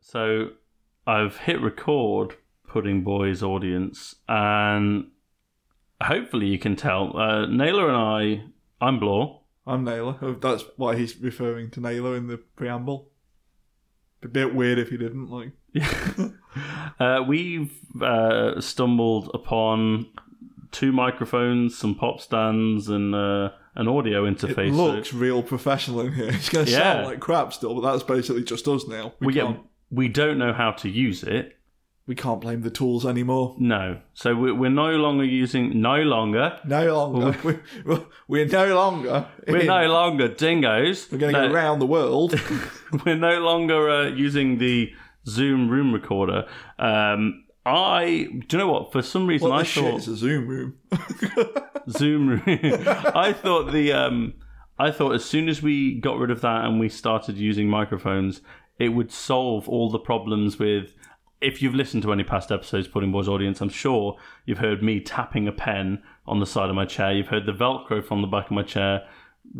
So I've hit record, Pudding Boys audience, and hopefully you can tell. Uh, Naylor and I, I'm Blore. I'm Naylor. Oh, That's why he's referring to Naylor in the preamble. Be a bit weird if he didn't like. Uh, we've uh, stumbled upon two microphones, some pop stands, and uh, an audio It interface. So looks real professional in here. It's gonna Yeah. sound like crap still, but that's basically just us now. We, we can't get, we don't know how to use it. we can't blame the tools anymore. No, so we're, we're no longer using. No longer. No longer. we, we're no longer. We're in- no longer dingoes. We're gonna go No. around the world. we're no longer uh, using the Zoom room recorder. Um, I do you know what? For some reason, what I the shit thought is a Zoom room? Zoom room. I thought the um, I thought as soon as we got rid of that and we started using microphones, it would solve all the problems with. If you've listened to any past episodes, Pudding Boys audience, I'm sure you've heard me tapping a pen on the side of my chair. You've heard the Velcro from the back of my chair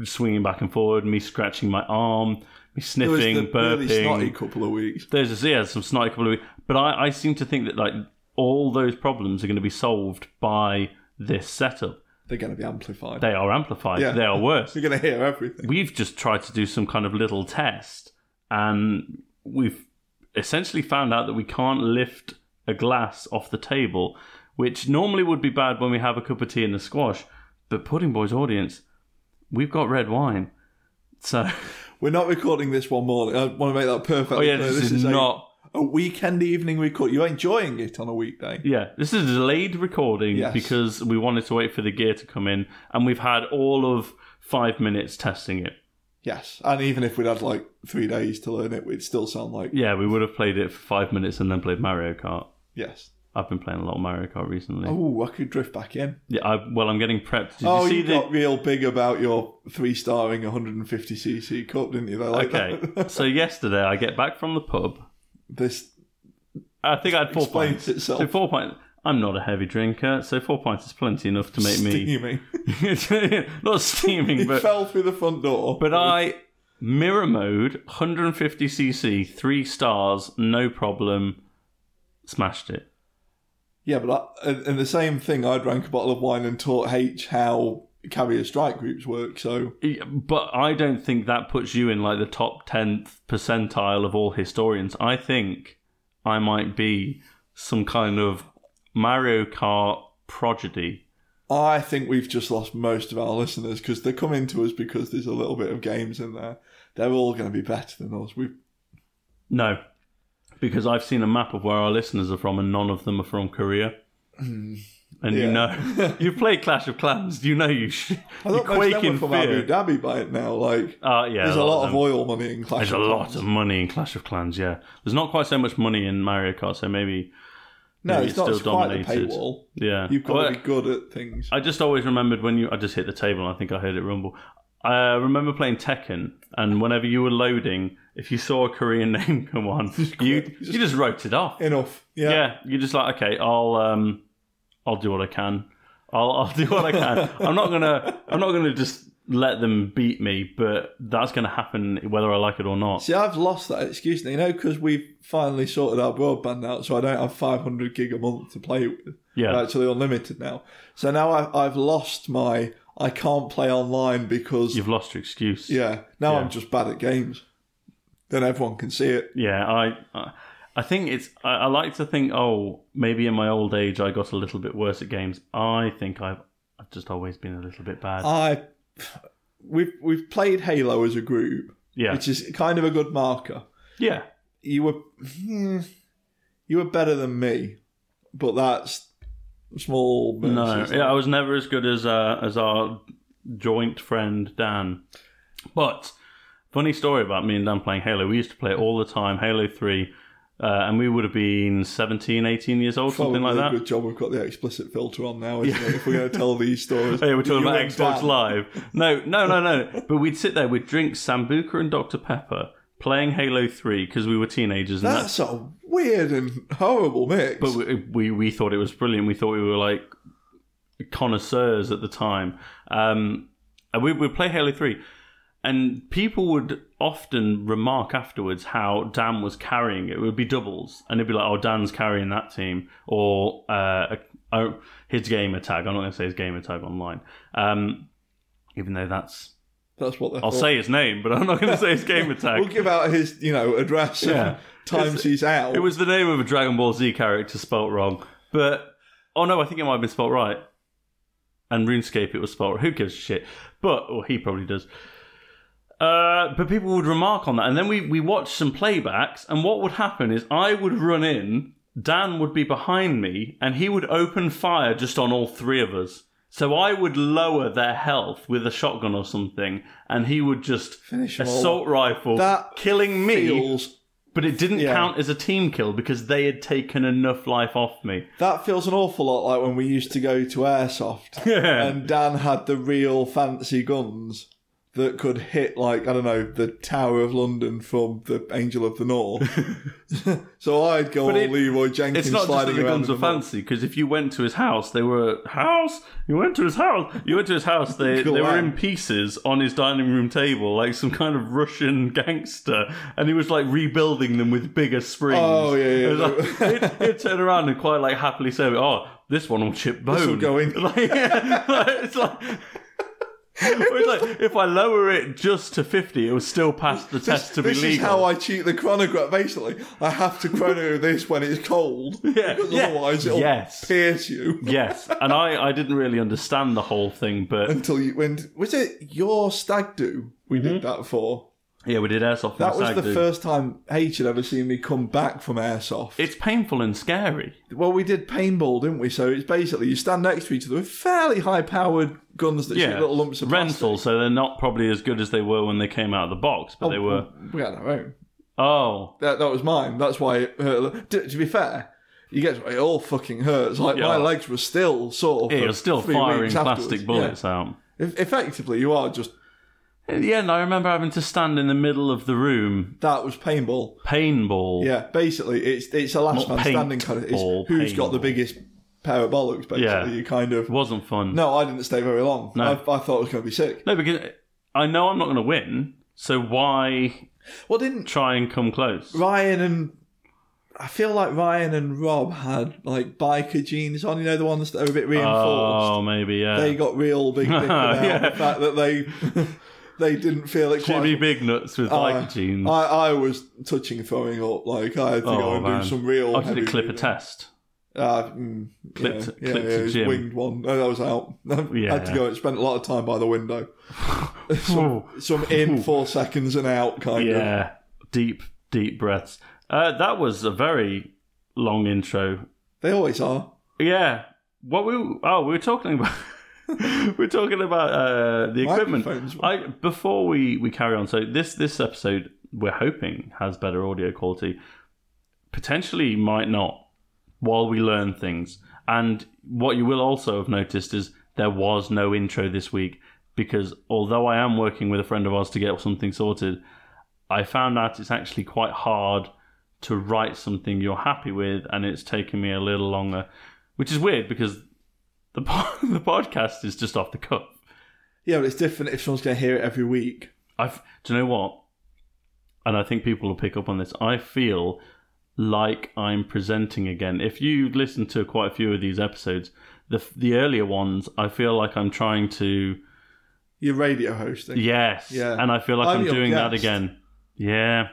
swinging back and forward, me scratching my arm, me It was sniffing, the really burping. snotty couple of weeks. There's yeah, some snotty couple of weeks. But I, I seem to think that like all those problems are going to be solved by this setup. They're gonna be amplified. They are amplified. Yeah. They are worse. You're gonna hear everything. We've just tried to do some kind of little test, and we've essentially found out that we can't lift a glass off the table, which normally would be bad when we have a cup of tea and a squash. But Pudding Boys audience, we've got red wine, so We're not recording this one morning. I want to make that perfect. oh yeah, this, is, a- not. a, weekend evening record. You're enjoying it on a weekday. Yeah, this is a delayed recording Yes. because we wanted to wait for the gear to come in, and we've had all of five minutes testing it. Yes, and even if we'd had like three days to learn it, we'd still sound like Yeah, we would have played it for five minutes and then played Mario Kart. yes. I've been playing a lot of Mario Kart recently. Oh, I could drift back in. Yeah, I, well, I'm getting prepped. Did oh, you see you the? got real big about your three starring 150cc cup, didn't you? They're like okay, that. so yesterday I get back from the pub. this I think I had four explains pints. So itself. four pints. I'm not a heavy drinker, so four pints is plenty enough to make me Steaming. not steaming, It but fell through the front door. But I mirror mode 150cc, three stars, no problem. Smashed it. yeah, but I, and, and the same thing. I drank a bottle of wine and taught H how carrier strike groups work. So Yeah, But I don't think that puts you in like the top 10th percentile of all historians. I think I might be some kind of Mario Kart prodigy. I think we've just lost most of our listeners because they're coming to us because there's a little bit of games in there. They're all going to be better than us. We No, because I've seen a map of where our listeners are from and none of them are from Korea. And you Hmm. Yeah. know, you've played Clash of Clans, you know you, sh- I you thought most quake of them in were from fear. Abu Dhabi by it now. Like Uh, yeah, there's a lot of them. oil money in Clash. There's a of lot Clans. of money in Clash of Clans. Yeah, there's not quite so much money in Mario Kart, so maybe No, Maybe it's, it's not still it's quite the dominated. paywall. yeah. You've got Well, to be good at things. I just always remembered when you. I just hit the table. and I think I heard it rumble. I uh, remember playing Tekken, and whenever you were loading, if you saw a Korean name come on, you you just wrote it off. Enough. Yeah. Yeah, you're just like, okay, I'll um, I'll do what I can. I'll I'll do what I can. I'm not gonna I'm not gonna just let them beat me, but that's gonna happen whether I like it or not. See, I've lost that excuse now, you know, because we've finally sorted our broadband out, so I don't have 500 gig a month to play with. Yeah. We're actually unlimited now. So now I've, I've lost my, I can't play online because You've lost your excuse. Yeah. Now Yeah. I'm just bad at games. Then everyone can see it. Yeah, I, I- I think it's. I, I like to think, oh, maybe in my old age I got a little bit worse at games. I think I've, I've just always been a little bit bad. I we've we've played Halo as a group, yeah, which is kind of a good marker. yeah, You were hmm, you were better than me, but that's small. no, mercies. yeah, I was never as good as uh, as our joint friend Dan. But funny story about me and Dan playing Halo. We used to play it all the time. Halo Three. Uh, and we would have been 17, 18 years old, Probably something like a that. good job we've got the explicit filter on now, isn't it? If we're going to tell these stories. Hey, we're talking You about and Xbox Dan. Live. No, no, no, no. But we'd sit there, we'd drink Sambuca and Dr. Pepper, playing Halo 3 because we were teenagers. And that's, That's a weird and horrible mix. but we, we, we thought it was brilliant. We thought we were like connoisseurs at the time. Um, and we would play Halo 3. And people would often remark afterwards how Dan was carrying it. It would be doubles, and it'd be like, "Oh, Dan's carrying that team," or uh, oh, his gamer tag. I'm not going to say his gamer tag online, um, even though that's That's what they're I'll for. say his name, but I'm not going to say his gamer We'll tag. give out his, you know, address Yeah. and times he's out. It was the name of a Dragon Ball Z character spelt wrong, but oh no, I think it might have been spelt right. And RuneScape, it was spelt. Who gives a shit? But or he probably does. Uh, but people would remark on that, and then we we watched some playbacks, and what would happen is I would run in, Dan would be behind me, and he would open fire just on all three of us. So I would lower their health with a shotgun or something, and he would just Finish 'em all. assault rifle, That killing me. feels But it didn't Yeah. count as a team kill because they had taken enough life off me. that feels an awful lot like when we used to go to airsoft Yeah. and Dan had the real fancy guns that could hit like I don't know the Tower of London from the Angel of the North. so I'd go all it- Leroy Jenkins it's not just that sliding the around. guns were in the mall. fancy because if you went to his house, they were house. You went to his house. You went to his house. They Cool they were man. in pieces on his dining room table, like some kind of Russian gangster, and he was like rebuilding them with bigger springs. Oh, yeah, yeah. It was like- he'd- he'd turn around and quite like happily say, "Oh, this one will chip bone. will go in." Like, like, it's like. or it's like if I lower it just to fifty, it was still past the test to be this legal. is how I cheat the chronograph. Basically, I have to chrono this when it's cold. Yeah, because yeah. otherwise it'll Yes. pierce you. yes, and I, I didn't really understand the whole thing, but Until you when was it your stag do we Mm-hmm. did that for? yeah, we did airsoft. That was and the SAG do. first time H had ever seen me come back from airsoft. It's painful and scary. well, we did paintball, didn't we? So it's basically you stand next to each other with fairly high-powered guns that shoot Yeah, little lumps of plastic. Oh, rental, so they're not probably as good as they were when they came out of the box, but they were. We had our own. Oh, That, that was mine. That's why it hurt. To, to be fair, you get it all fucking hurts. Like Yeah. my legs were still sore. yeah, for you're still three firing weeks plastic afterwards. bullets out. Yeah. E- effectively, you are just At the end, I remember having to stand in the middle of the room, that was paintball. painball. Yeah, basically, it's it's a last man standing kind of. It's paintball, who's got the paintball. biggest pair of bollocks. Basically, Yeah. you kind of It wasn't fun. No, I didn't stay very long. No. I, I thought I was going to be sick. no, because I know I'm not going to win, so why Well, didn't try and come close? Ryan and I feel like Ryan and Rob had like biker jeans on. You know the ones that are a bit reinforced. Oh, maybe yeah. They got real big dick about Yeah. the fact that they they didn't feel it Jimmy quite. Oh, Big Nuts with biker jeans. I, I was touching throwing up. Like I had to go Oh, and man. do some real. I did heavy a clip a lifting. test. Uh, mm, Clipped- yeah, yeah, clipped yeah, a it was gym. winged one. No, I was out. I had to Yeah. go. and Spent a lot of time by the window. some, some in four seconds and out kind of. Yeah, deep, deep breaths. Uh, that was a very long intro. They always are. Yeah, what we oh we were talking about. we're talking about uh, the equipment. Microphones. I, before we we carry on, so this this episode we're hoping has better audio quality. Potentially, might not. While we learn things, and what you will also have noticed is there was no intro this week because although I am working with a friend of ours to get something sorted, I found out it's actually quite hard to write something you're happy with, and it's taken me a little longer, which is weird because the po- the podcast is just off the cuff. Yeah, but it's different if someone's going to hear it every week. I do you know what, and I think people will pick up on this. I feel like I'm presenting again. If you listen to quite a few of these episodes, the f- the earlier ones, I feel like I'm trying to You're radio hosting. yes, Yeah. and I feel like I'm I'm, your doing that guest. again. Yeah,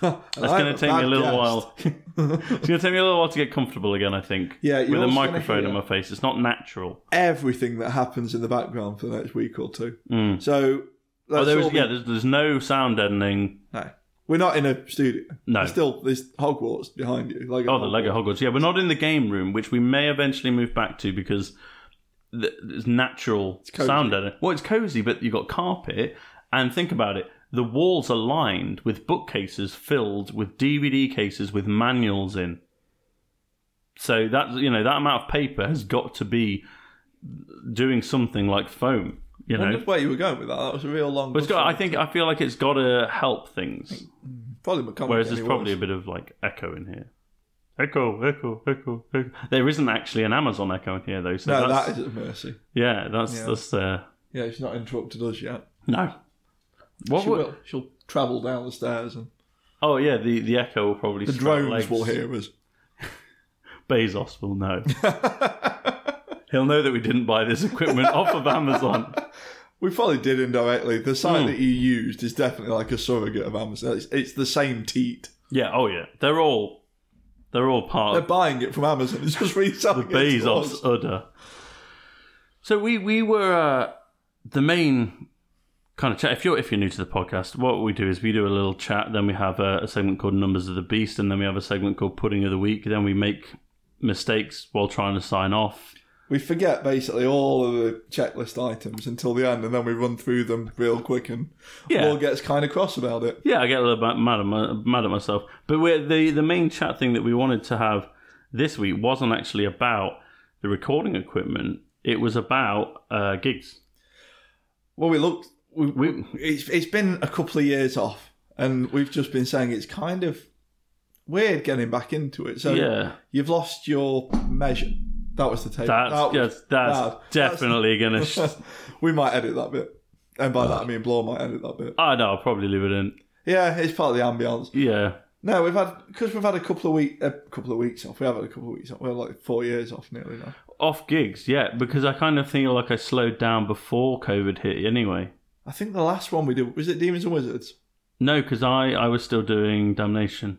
That's it's going to take me a little while. it's going to take me a little while to get comfortable again. I think. Yeah, you're with a also gonna microphone in hear- my face, it's not natural. Everything that happens in the background for the next week or two. Mm. So, Oh, that's there is, all we- yeah, there's, there's no sound deadening. no. We're not in a studio. No. There's still, there's Hogwarts behind you. Lego Oh, the Lego Hogwarts. Yeah, we're not in the game room, which we may eventually move back to because th- it's natural cozy. sound at it. Well, it's cozy, but you've got carpet. And think about it the walls are lined with bookcases filled with DVD cases with manuals in. So that you know that amount of paper has got to be doing something like foam, you I know. wondered where you were going with that. That was a real long. But it's got, I think I feel like it's got to help things. probably McConaughey. Whereas there's probably a was. bit of like echo in here. Echo, echo, echo, echo. There isn't actually an Amazon echo in here though, so no, that's that is at mercy. yeah, that's Yeah. that's uh Yeah, it's not interrupted us yet. no. What She would- will. She'll travel down the stairs and Oh yeah, the, the echo will probably the sprout drones legs. will hear us. Bezos will know. He'll know that we didn't buy this equipment off of Amazon. We probably did indirectly. The site Hmm. that you used is definitely like a surrogate of Amazon. It's, it's the same teat. Yeah, oh yeah. They're all they're all part They're of buying it from Amazon. It's just reselling it. to us. Oh. Bezos udder. So we we were uh, the main kind of chat. If you're if you're new to the podcast, what we do is we do a little chat. Then we have a, a segment called Numbers of the Beast, and then we have a segment called Pudding of the Week. Then we make mistakes while trying to sign off. We forget basically all of the checklist items until the end, and then we run through them real quick, and Yeah. Paul gets kind of cross about it. Yeah, I get a little bit mad at, my, mad at myself. But we're, the the main chat thing that we wanted to have this week wasn't actually about the recording equipment. It was about uh, gigs. Well, we looked. We, We- it's it's been a couple of years off, and we've just been saying it's kind of weird getting back into it. So yeah, you've lost your measure. That was the tape. that's that was yes, that's bad. definitely gonna. Sh- we might edit that bit, and by that I mean Blaw might edit that bit. I know. I'll probably leave it in. Yeah, it's part of the ambience. Yeah, No, we've had because we've had a couple of week a couple of weeks off. We have had a couple of weeks off. We're like four years off nearly now. off gigs. Yeah, because I kind of feel like I slowed down before COVID hit. Anyway, I think the last one we did was it Demons and Wizards. no, because I I was still doing Damnation,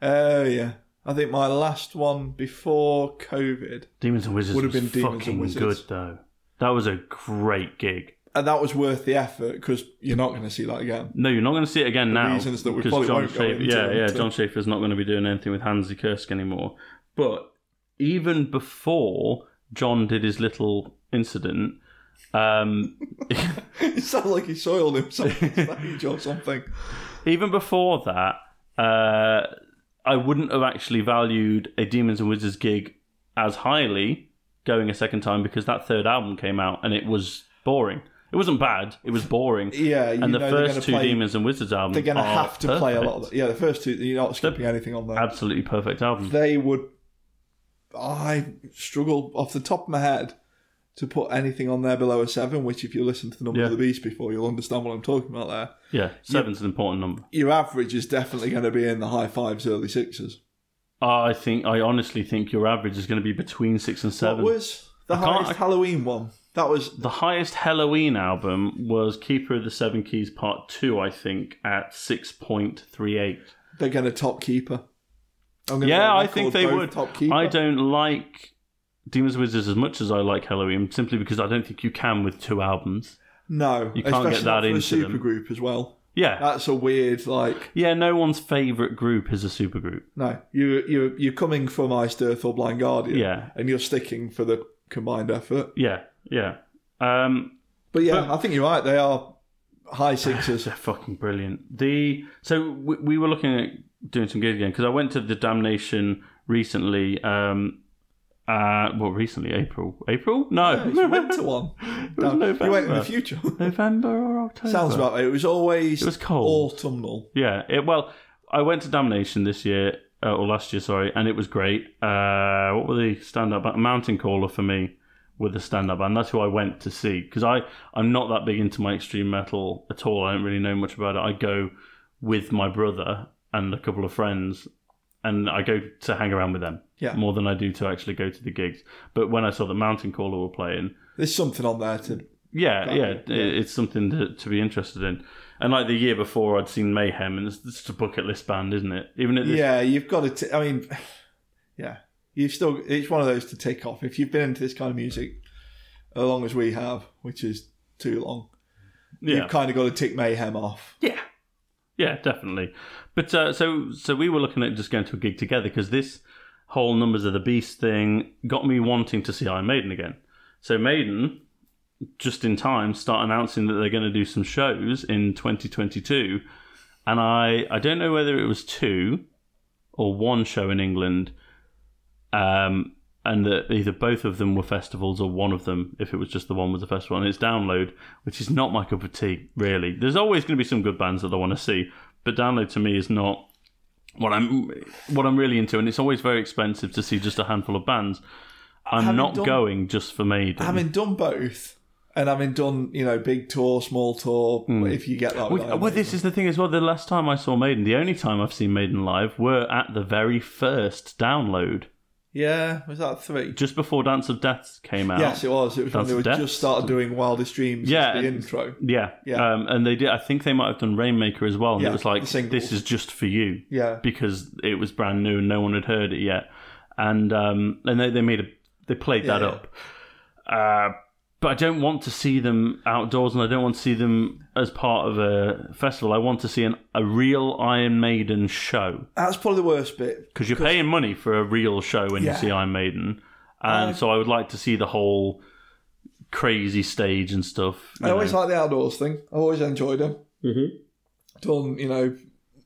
Oh yeah, I think my last one before COVID, Demons and Wizards Would have was been Demons and fucking Wizards. good though. That was a great gig. and that was worth the effort because you're not going to see that again. No, you're not going to see it again now. reasons that we because probably John won't go Schaefer, into Yeah, yeah. until- John Schaefer's not going to be doing anything with Hansi Kursk anymore. But even before John did his little incident, um, it sounds like he soiled himself on stage or something. even before that, uh, I wouldn't have actually valued a Demons and Wizards gig as highly going a second time because that third album came out and it was boring. It wasn't bad. It was boring. Yeah, you and the know they're first gonna two play- Demons and Wizards albums, They're going to are have to play a lot. Of perfect. the, yeah, the first two, you're not skipping anything on there. Absolutely perfect albums. they would. I struggle off the top of my head to put anything on there below a seven. Which, if you listen to the number Yeah. of the beast before, you'll understand what I'm talking about. There, Yeah, seven's an important number. your average is definitely going to be in the high fives, early sixes. I think I honestly think your average is going to be between six and What seven. was the can't- highest Halloween one? That was the highest Halloween album was Keeper of the Seven Keys Part Two, I think, at six point three eight. they're going to top keeper. I'm gonna go Yeah, on I record, think they both would. top keeper. I don't like Demons and Wizards as much as I like Halloween, simply because I don't think you can with two albums. No, You can't get especially not that for a into them. super group as well. Yeah, That's a weird like. yeah. No one's favorite group is a supergroup. No, you you you're coming from Iced Earth or Blind Guardian, Yeah. and you're sticking for the combined effort. Yeah, yeah. Um, But yeah, I think you're right. They are high sixes. They're fucking brilliant. The so we, we were looking at doing some gigs again because I went to the Damnation recently. Um, uh, well, recently April, April? No, you went to one. was you went in November. the future. November or October. Sounds about right. It was always It was cold. autumnal. Yeah. It, well, I went to Damnation this year uh, or last year, sorry, and it was great. Uh, what were the stand-up? band? Mountain Caller for me with the stand-up band. That's who I went to see because I I'm not that big into my extreme metal at all. I don't really know much about it. I go with my brother and a couple of friends, and I go to hang around with them Yeah. more than I do to actually go to the gigs. But when I saw that Mountain Caller were playing, There's something on there to. yeah, yeah, it- yeah. it's something to, to be interested in. And like the year before, I'd seen Mayhem, and it's just a bucket list band, isn't it? Even at this, Yeah, you've got to. T- I mean, yeah, you've still. It's one of those to tick off. If you've been into this kind of music as long as we have, which is too long, yeah, you've kind of got to tick mayhem off. yeah, yeah, definitely. But uh, so so we were looking at just going to a gig together because this whole Numbers of the Beast thing got me wanting to see Iron Maiden again. So Maiden, just in time, start announcing that they're going to do some shows in 2022, and I I don't know whether it was two or one show in England, um, and that either both of them were festivals or one of them, if it was just the one, was a festival. And it's Download, which is not my cup of tea, really. There's always going to be some good bands that I want to see, but Download to me is not what I'm what I'm really into, and it's always very expensive to see just a handful of bands. I'm Having not done- going just for Maiden. Having done both, And having done, you know, big tour, small tour, if you get that. with Hmm. Well, Iron well, Maiden. this is the thing as well. The last time I saw Maiden, the only time I've seen Maiden live, were at the very first download, yeah, was that three? just before Dance of Death came out. Yes, it was. It was when That's they were Death. just started doing Wildest Dreams Yeah, as the and- intro. Yeah, Yeah. Um, and they did. I think they might have done Rainmaker as well. And Yeah, it was like the singles. this is just for you Yeah. because it was brand new and no one had heard it yet. And um, and they, they made a they played that Yeah, yeah. up. Uh, but I don't want to see them outdoors, and I don't want to see them as part of a festival. I want to see an, a real Iron Maiden show That's probably the worst bit. because you're paying money for a real show when Yeah. Uh, you see Iron Maiden, and so I would like to see the whole crazy stage and stuff. you I always know. like the outdoors thing. I've always enjoyed them. Done, you know,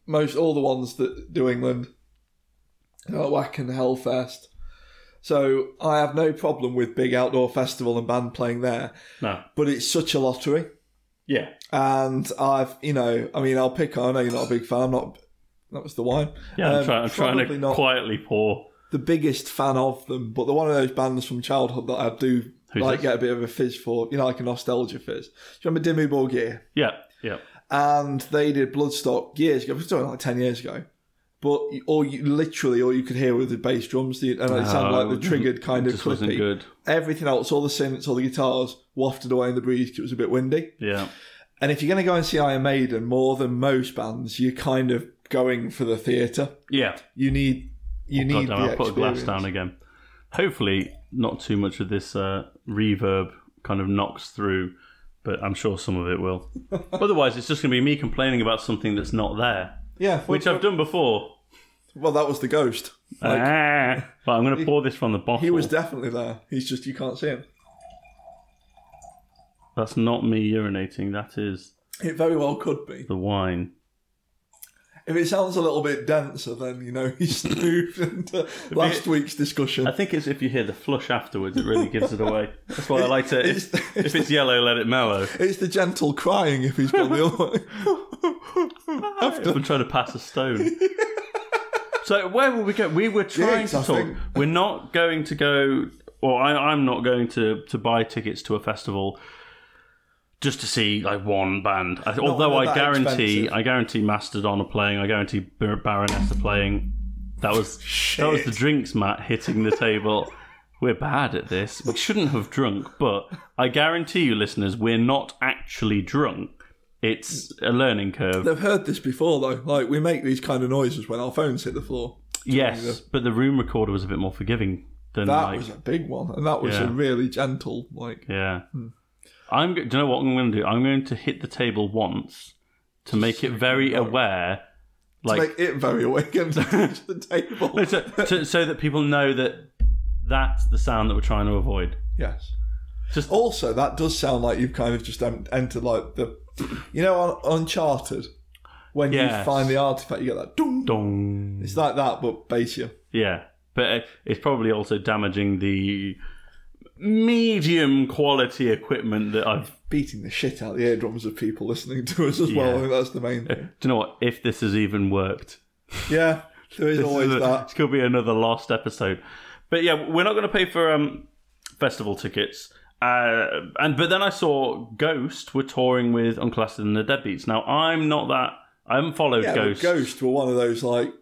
most all the ones that do England, you know, Whack and Hellfest. So I have no problem with big outdoor festival and band playing there, no, but it's such a lottery. yeah. And I've, you know, I mean, I'll pick. I know you're not a big fan. I'm not. That was the wine. Yeah, I'm, Um, trying, I'm trying probably to not quietly pour. the biggest fan of them, but they're one of those bands from childhood that I do Who's like this? get a bit of a fizz for. You know, like a nostalgia fizz. Do you remember Dimmu Borgir? Yeah, yeah. and they did Bloodstock years ago. It was doing like ten years ago, but you- all you literally all you could hear was the bass drums, the, and it sounded like the triggered kind of Uh, Just wasn't clippy. good. Everything else, all the synths, all the guitars, wafted away in the breeze 'cause it was a bit windy. Yeah, And if you're going to go and see Iron Maiden more than most bands, you're kind of going for the theatre. yeah. You need you Goddamn, need the I Oh, put a glass experience. down again. Hopefully, not too much of this uh, reverb kind of knocks through, but I'm sure some of it will. Otherwise, it's just going to be me complaining about something that's not there, Yeah, which I've done before. well, that was the ghost. Ah. but I'm going to pour this from the bottle. He was definitely there. He's just you can't see him. That's not me urinating. That is It very well could be. the wine. If it sounds a little bit denser, then you know he's moved into last week's discussion. I think it's if you hear the flush afterwards, it really gives it away. That's why I like to. If, It's- if it's yellow, let it mellow. It's the gentle crying if he's gone the other way. I'm trying to pass a stone. so where will we go? We were trying Gigs, to I talk. think. We're not going to go, or I, I'm not going to to buy tickets to a festival just to see like one band. I, although that I guarantee, expensive. I guarantee Mastodon are playing. I guarantee Bar- Baroness are playing. That was that was the drinks mat hitting the table. We're bad at this. We shouldn't have drunk, but I guarantee you, listeners, we're not actually drunk. It's a learning curve. They've heard this before though. Like we make these kind of noises when our phones hit the floor. Yes, but the room recorder was a bit more forgiving than That like was a big one, and that was a Yeah. really gentle like. yeah. Hmm. I'm. go- Do you know what I'm going to do? I'm going to hit the table once to make it very aware, like Make it very awake and touch the table. so, to- so that people know that that's the sound that we're trying to avoid. Yes. Just- also, that does sound like you've kind of just en- entered like the, you know, on Uncharted, when you Yes. find the artifact, you get that. Dong. Dong. It's like that, but bassier. Yeah, but it- it's probably also damaging the medium quality equipment that I've beating the shit out of the eardrums of people listening to us as well. I Yeah. think that's the main Do thing. you know what? If this has even worked, Yeah, there is always It's that. could be another lost episode. But yeah, we're not going to pay for um, festival tickets. Uh, and but then I saw Ghost were touring with Unclassed and the Deadbeats. Now I'm not that I haven't followed Yeah, Ghost. Ghost. Ghost were one of those like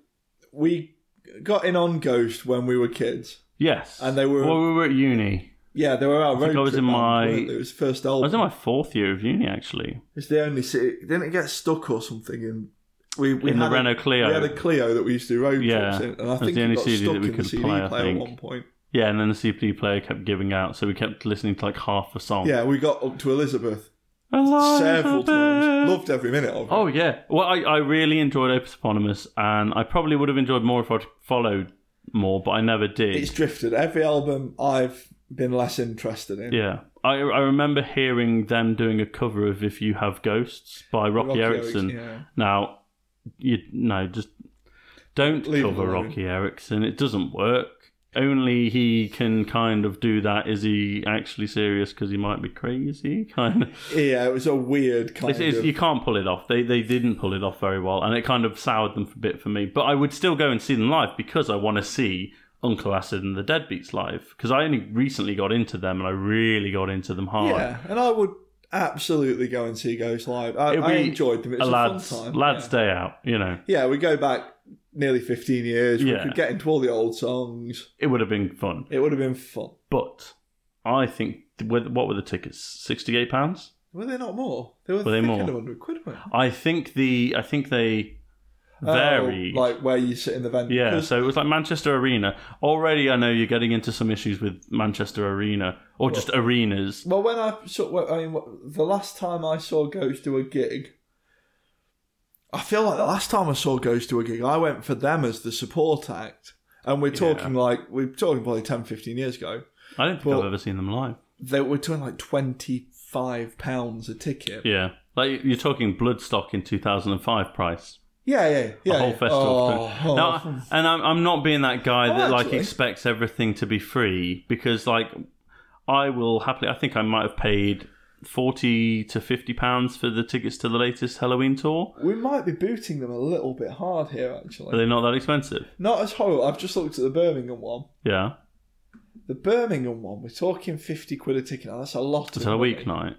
we got in on Ghost when we were kids. Yes, And they were- Well, we were at uni. Yeah, they were our road I was trip in band, my- weren't they? It was the first I album. was in my fourth year of uni actually. It's the only city. Didn't it get stuck or something? In we, we In the had a- Renault Clio. We had a Clio that we used to do road Yeah, trips in, and I that's think the it only got CD that stuck we in the could CD play, I player at think. one point. Yeah, and then the CD player kept giving out, so we kept listening to like half a song. Yeah, we got up to Elizabeth Alive several Above. times. Loved every minute of it. Oh yeah. Well, I, I really enjoyed Opus Eponymous, and I probably would have enjoyed more if I'd followed more, but I never did. it's drifted. Every album I've been less interested in. Yeah. I, I remember hearing them doing a cover of If You Have Ghosts by Rocky, Rocky Erickson. Erickson, yeah. Now, you no, just don't Leave it cover alone. Rocky Erickson. It doesn't work. Only he can kind of do that. Is he actually serious because he might be crazy? Kind of. Yeah, it was a weird kind It's, it's, of. you can't pull it off. They they didn't pull it off very well, and it kind of soured them a bit for me. But I would still go and see them live because I want to see Uncle Acid and the Deadbeats live because I only recently got into them and I really got into them hard. Yeah, and I would absolutely go and see Ghost live. I, It'd I be enjoyed them. It a was a, lads fun time. lads yeah. day out, you know, Yeah, we go back nearly 15 years. Yeah. We could get into all the old songs. it would have been fun. It would have been fun. But I think with, what were the tickets? Sixty eight pounds. Were they not more? They were, Were they thicker more? than 100 quid, weren't they? I think the I think they varied. Oh, like where you sit in the venue. Yeah, 'Cause so it was like Manchester Arena. Already, I know you're getting into some issues with Manchester Arena or just arenas. Well, when I saw, well, I mean, what- the last time I saw Ghost do a gig, I feel like the last time I saw Ghost do a gig, I went for them as the support act, and we're talking like we're talking probably 10, 15 years ago. I don't think Well- I've ever seen them live. They were doing like twenty five pounds a ticket. Yeah, like you're talking Bloodstock in 2005 price. Yeah, yeah, yeah. The whole yeah. festival. Oh, oh. No, and I'm I'm not being that guy Oh, that like actually. expects everything to be free because like I will happily. I think I might have paid forty to fifty pounds for the tickets to the latest Halloween tour. we might be booting them a little bit hard here, Are actually. they not that expensive? Not as horrible. I've just looked at the Birmingham one. Yeah, The Birmingham one, we're talking fifty quid a ticket. Now, that's a lot. it's of a money. weeknight.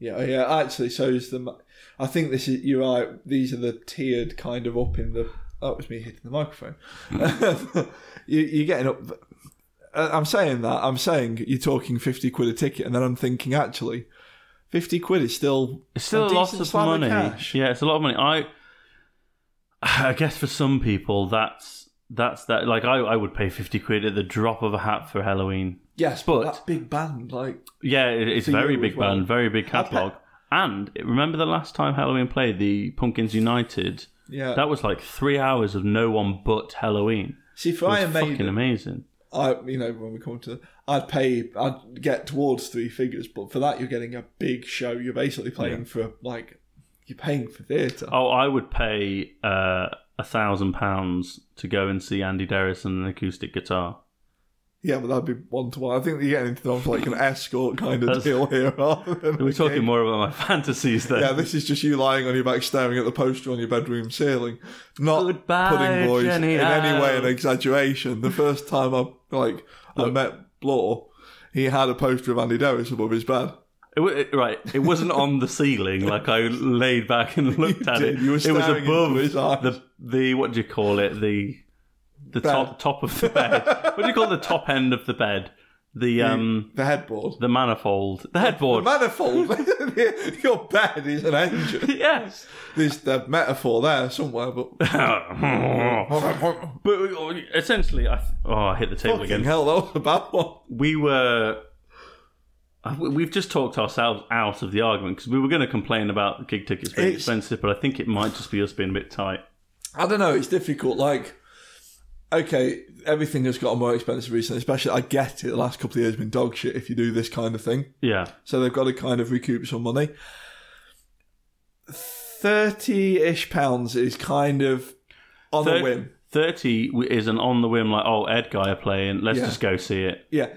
Yeah, yeah. Actually, so is the. mi- I think this is. You're right. These are the tiered kind of up in the. That was me hitting the microphone. you, you're getting up. uh, I'm saying that. I'm saying you're talking fifty quid a ticket, and then I'm thinking actually, fifty quid is still. It's still a a, lot decent of slab of money. cash. Yeah, it's a lot of money. I, I guess for some people that's that's that. Like I, I would pay fifty quid at the drop of a hat for Halloween. Yes, But- but that big band, like Yeah, it, it's For very you big as well. band, very big I pay- catalog. And remember the last time Halloween played the Pumpkins United? yeah. That was like three hours of no one but Halloween. See, for It was Iron fucking Maiden, amazing. I you know when we come to, I'd pay, I'd get towards three figures, but for that you're getting a big show. You're basically playing for like, you're paying for theatre. Oh, I would pay uh, a thousand pounds to go and see Andy Derris and an acoustic guitar. Yeah, but that'd be one to one. I think you're getting into them for like an escort kind of That's- deal here. Rather than We're a talking gig. more about my fantasies then. Yeah, this is just you lying on your back, staring at the poster on your bedroom ceiling. Not Goodbye, putting boys Jenny in any way an Howe. exaggeration. The first time I like I met Blore, he had a poster of Andy Davis above his bed. It, wa- it, right, it wasn't on the ceiling. Like I laid back and looked at did, it. you were it was staring into above his eyes. the the what do you call it? The the top top of the bed. what do you call the top end of the bed? The um The headboard. the manifold, the The headboard. manifold. Your bed is an engine. yes. There's the metaphor there somewhere, but but we- essentially, I th- oh I hit the table fucking again. hell, that was a bad one. we were I- we- we've just talked ourselves out of the argument because we were going to complain about gig tickets being It's- expensive but i think it might just be us being a bit tight I don't know. It's difficult. Like, okay, everything has gotten more expensive recently. Especially, I get it. The last couple of years have been dog shit. If you do this kind of thing, yeah so they've got to kind of recoup some money. Thirty-ish pounds is kind of on Thir- a whim. 30 w- is an on the whim like oh ed guy are playing let's Yeah. just go see it Yeah,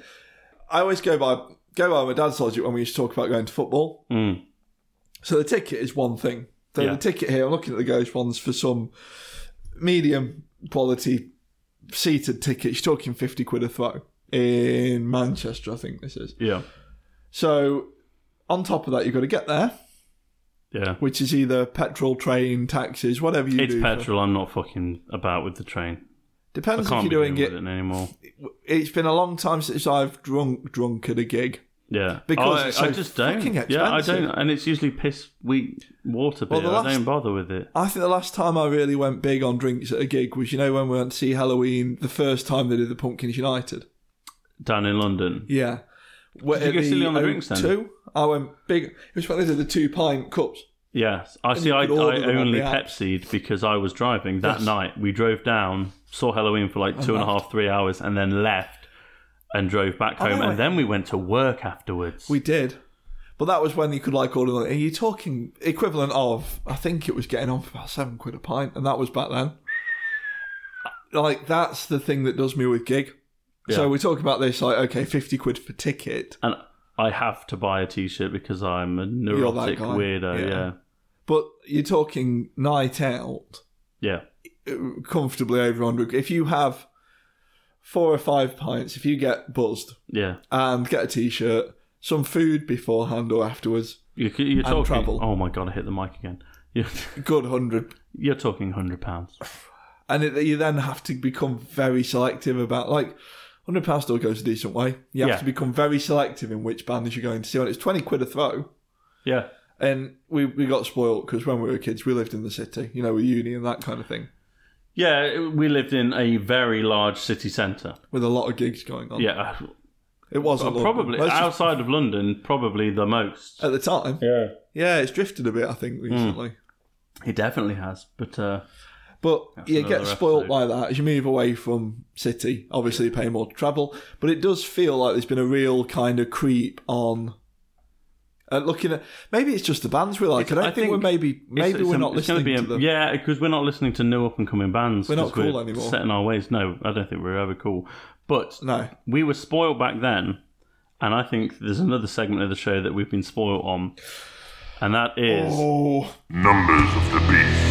I always go by go by my dad's logic when we used to talk about going to football. Mm. So the ticket is one thing. So Yeah. the ticket here, I'm looking at the ghost ones for some medium quality seated tickets. You're talking 50 quid a throw in Manchester, I think this is. yeah So on top of that, you've got to get there, yeah which is either petrol, train, taxis, whatever you it's do. for- petrol i'm not fucking about with the train i Depends if can't you're be doing dealing it. with it anymore It's been a long time since I've drunk drunk at a gig. yeah Because I, it's so I just don't fucking yeah i expensive. don't and it's usually piss weak water beer the i last- don't bother with it I think the last time I really went big on drinks at a gig was, you know, when we went to see Halloween the first time they did the Pumpkins United. down in london Yeah. Did you go silly on the drinks then? Two. I went big. It was when they did the two pint cups. Yes, I you see. I, I could order them on only the app. Pepsi'd because I was driving that Yes. night. We drove down, saw Halloween for like two and a half, three hours, and then left and drove back home. know, I- and then we went to work afterwards. We did, but that was when you could like order. Are you talking equivalent of? I think it was getting on for about seven quid a pint, and that was back then. Like that's the thing that does me with gig. Yeah. So we're talking about this like okay, fifty quid for ticket, and I have to buy a T-shirt because I'm a that neurotic guy. weirdo. Yeah. Yeah. but you're talking night out yeah, uh, comfortably over hundred. If you have four or five pints if you get buzzed Yeah. and get a t-shirt, some food beforehand or afterwards. You, you're talking. travel. Oh my god! I hit the mic again. You're, Good hundred. you're talking hundred pounds. And it, you then have to become very selective about like. Hundred pounds still goes a decent way. You have Yeah. to become very selective in which bands you're going to see. And it's twenty quid a throw. Yeah. And we, we got spoilt because when we were kids, we lived in the city, you know, with uni and that kind of thing, Yeah. We lived in a very large city centre. with a lot of gigs going on. Yeah. uh, It wasn't London. Probably Let's just- Uh, outside of London, probably the most. at the time. Yeah. Yeah, it's drifted a bit, I think, Hmm. recently. It definitely has. But uh, But you another get spoilt episode. by that as you move away from city. Obviously, you pay more to travel, but it does feel like there's been a real kind of creep on. Uh, looking at maybe it's just the bands we like. I don't I think, think we're maybe maybe it's- we're it's- not it's gonna listening be to a- them. Yeah, because we're not listening to new up and coming bands. We're not 'cause cool anymore. Set in our ways. No, I don't think we're ever cool. But No, we were spoiled back then, and I think there's another segment of the show that we've been spoiled on, and that is oh, Numbers of the Beast.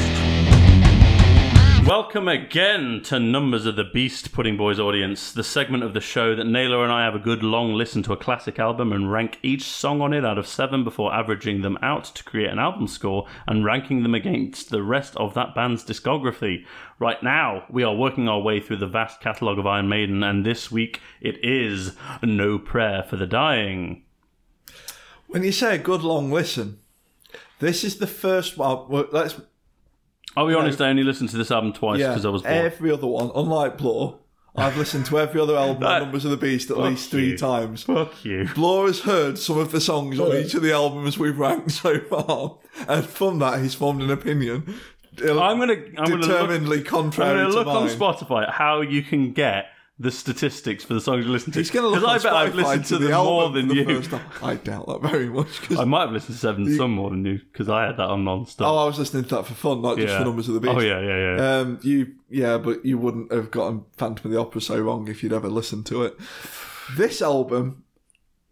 welcome again to Numbers of the Beast, Pudding Boys audience, the segment of the show that Naylor and I have a good long listen to a classic album and rank each song on it out of seven before averaging them out to create an album score and ranking them against the rest of that band's discography. Right now, we are working our way through the vast catalogue of Iron Maiden, and this week it is No Prayer for the Dying. when you say a good long listen, this is the first one. Well, let's I'll be honest, I only listened to this album twice because I was bored. Every other one, unlike Blur, I've listened to every other album, That- Numbers of the Beast, at least three you. times. Fuck you. Blur has heard some of the songs on each of the albums we've ranked so far, and from that he's formed an opinion. I'm gonna I'm gonna look, determinedly I'm contrary gonna look to on mine. Spotify at how you can get the statistics for the songs you listen to. He's going to look Because on I bet I've Spotify listened to, the them album more for than the you. first time. I doubt that very much. 'cause- I might have listened to seven some more than you because I had that on non-stop. oh, I was listening to that for fun, not just yeah. for Numbers of the Beast. Oh yeah, yeah, yeah. Um, you, yeah, but you wouldn't have gotten Phantom of the Opera so wrong if you'd ever listened to it. This album,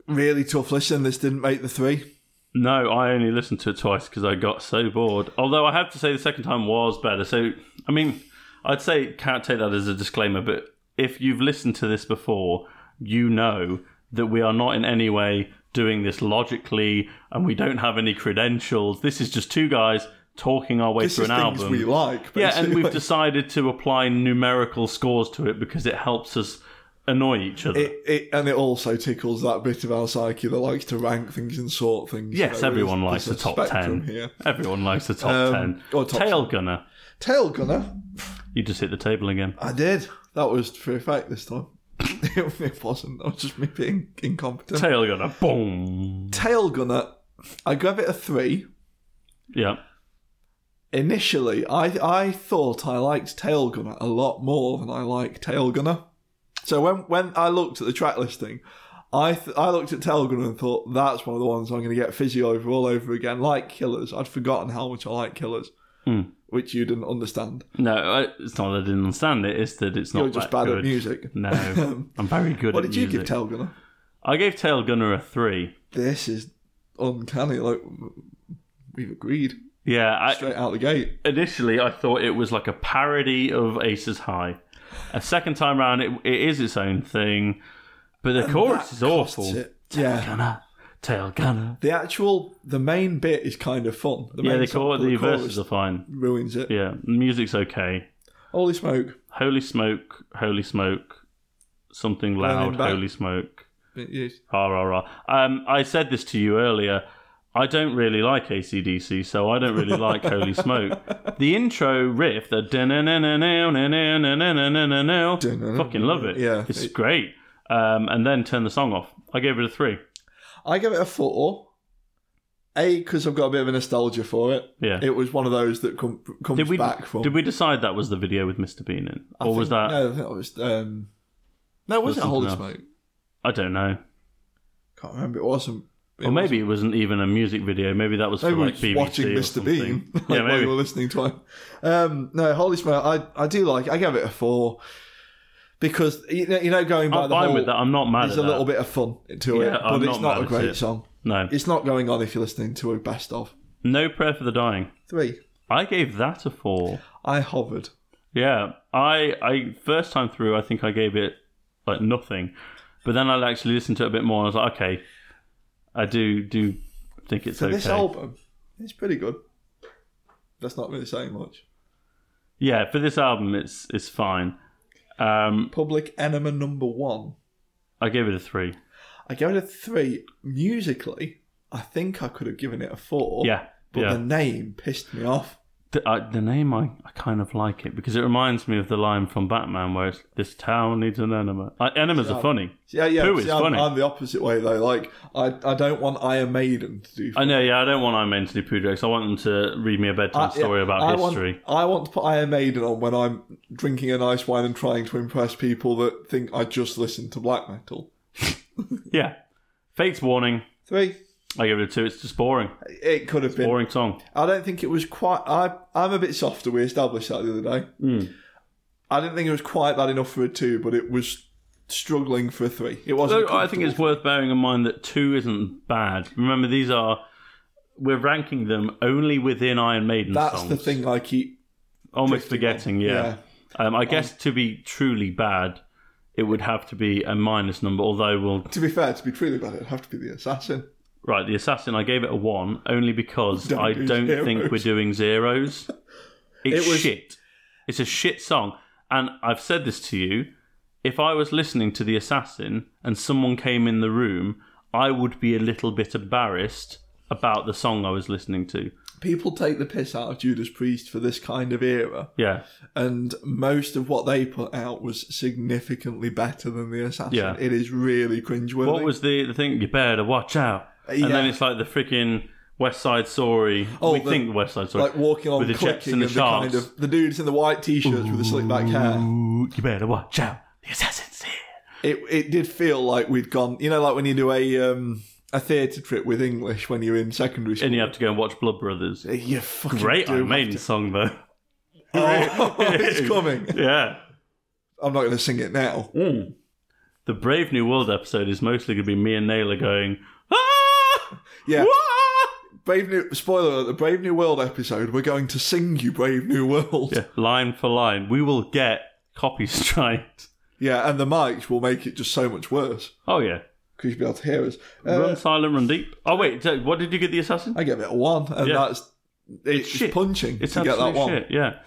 really tough listen. This didn't make the three. no, I only listened to it twice because I got so bored. Although I have to say the second time was better. So I mean, I'd say can't take that as a disclaimer, but if you've listened to this before, you know that we are not in any way doing this logically, and we don't have any credentials. This is just two guys talking our way This through is an things album. we like. Basically. Yeah, and we've decided to apply numerical scores to it because it helps us annoy each other. It, it, and it also tickles that bit of our psyche that likes to rank things and sort things. yes, So everyone there's- likes the there's a top spectrum ten. Here. Everyone likes the top ten. Um, or top Tail gunner, Tail Gunner, you just hit the table again. I did. That was for effect this time. it wasn't. That was just me being incompetent. Tail gunner, boom. Tail Gunner, I gave it a three. Yeah, initially I I thought I liked Tail Gunner a lot more than I like Tail Gunner. So when when I looked at the track listing, I th- I looked at Tail Gunner and thought that's one of the ones I'm going to get fizzy over all over again. Like Killers, I'd forgotten how much I like Killers, Hmm. which you didn't understand. no, I- it's not that I didn't understand it. It's that it's not You're just that bad good. at music. Um, No, I'm very good What at did you music. give Tail Gunner? I gave Tail Gunner a three. This is uncanny. Like we've agreed Yeah, I, straight out the gate. initially I thought it was like a parody of Aces High. A second time round, it, it is its own thing, but the chorus is awful. Shit. Yeah. Gunner, tail gunner. The actual, the main bit is kind of fun. The Yeah, main the, song, chor- but the chorus verses are fine. ruins it. Yeah, the music's okay. Holy smoke! Holy smoke, holy smoke, something loud, Running back. holy smoke. It is. Rah, rah, rah. Um, I said this to you earlier. I don't really like ACDC, so I don't really like Holy Smoke. The intro riff, the fucking love it. Yeah. It's great. Um, and then turn the song off. I gave it a three. I give it a four. A because I've got a bit of a nostalgia for it. Yeah. It was one of those that com- comes Did we back from. did we decide that was the video with Mr Bean in, I or think- was that? No, I think that was. Um, no, was it something Holy else. Smoke? I don't know. Can't remember. It wasn't. It Or maybe it wasn't even a music video. Maybe that was for Maybe we were like just BBC watching or Mr. something. Bean like, yeah, while maybe. you were listening to him. Um, no, Holy Smoke, I, I do like. I give it a four because you know, you know going by I'm the fine whole, with that. I'm not mad there's at a that. little bit of fun to it, Yeah, but I'm it's not not mad a at great it. song. No, It's not going on if you're listening to a best of no prayer for the dying. three. I gave that a four. I hovered. Yeah, I I first time through, I think I gave it like nothing. But then I actually listened to it a bit more, and I was like, okay, I do do think it's So okay. this album, it's pretty good. That's not really saying much. yeah, for this album, it's it's fine. Um, Public Enema number one. I gave it a three. I gave it a three. Musically, I think I could have given it a four. Yeah, Oh, But yeah. the name pissed me off. The, uh, the name I, I kind of like it because it reminds me of the line from Batman where it's "This town needs an enema." Uh, enemas are funny. Yeah, yeah. Poo see, is I'm, funny. I'm the opposite way though. Like, I, I don't want Iron Maiden to do. I know. Yeah, I don't want Iron Maiden to do poo jokes. I want them to read me a bedtime yeah, story about I history. Want, I want to put Iron Maiden on when I'm drinking a nice wine and trying to impress people that think I just listen to black metal. Yeah, Fate's Warning. Three. I give it a two. It's just boring. It could have been. Boring song. I don't think it was quite. I I'm a bit softer. We established that the other day. I didn't think it was quite bad enough for a two, but it was struggling for a three. It wasn't. Although I think it's worth bearing in mind that two isn't bad. Remember, these are we're ranking them only within Iron Maiden that's songs. the thing. I keep. Almost forgetting. Yeah. Um, I guess to be truly bad, it would have to be a minus number. Although we'll To be fair, to be truly bad, it'd have to be the assassin. right the assassin. I gave it a one only because Don't I do don't think zeros. we're doing zeros. It's It was- shit. It's a shit song, and I've said this to you. If I was listening to the assassin and someone came in the room, I would be a little bit embarrassed about the song I was listening to. People take the piss out of Judas Priest for this kind of era, Yeah, and most of what they put out was significantly better than the assassin. Yeah. It is really cringeworthy. what was the the thing? You better watch out. yeah. And then it's like the freaking West Side Story. Oh, we the- think West Side Story. like walking on with the Jets clicking and the kind Sharks. of the dudes in the white t-shirts with the slick back hair. Ooh, you better watch out. The assassin's here. it it did feel like we'd gone you know like when you do a um a theatre trip with English when you're in secondary school And you have to go and watch Blood Brothers. you fucking Great do Iron Maiden song though. oh, it's coming Yeah. I'm not going to sing it now The Brave New World episode is mostly going to be me and Naylor going, ah! yeah ah!" Brave New spoiler alert, the Brave New World episode we're going to sing you Brave New World Yeah, line for line. We will get copy striked. Yeah, and the mics will make it just so much worse Oh, yeah. because you'll be able to hear us Run uh, silent, run deep. Oh, wait. so What did you get the assassin? I give it a one and Yeah. that's it's, shit. punching It's to get that absolute one shit. Yeah.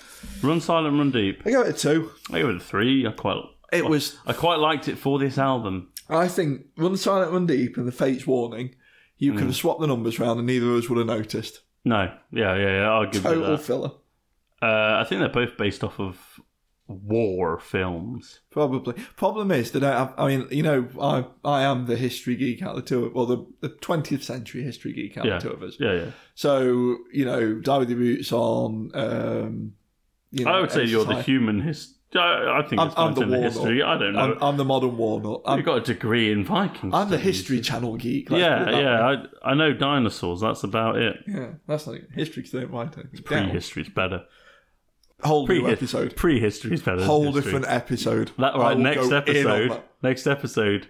Run silent, run deep. I give it a two I give it a three. I quite, it was I quite liked it for this album. I think Run Silent Run Deep and The Fates Warning, you Hmm. could have swapped the numbers round and neither of us would have noticed. No, yeah, yeah, yeah. I'll give it Total that. filler. Uh, I think they're both based off of war films. Probably. Problem is they don't have I mean, you know, I I am the history geek out of the two of well the the twentieth century history geek out Yeah, of the two of us. yeah, yeah. So, you know, Die with your boots on, um you know, I would say you're the SSI. human hist. I, I think I'm- it's time I'm the to the war history. I don't know. I'm, I'm the modern warlord. I'm, You've got a degree in Vikings. I'm the history channel geek. let's put Yeah, it that way. yeah. I, I know dinosaurs. That's about it. Yeah, that's not even history because they don't write anything. down. Prehistory's better. Whole new Prehi- episode. Prehistory's better. than whole history. different episode. That, all I right. will Next go in on episode. that. Next episode.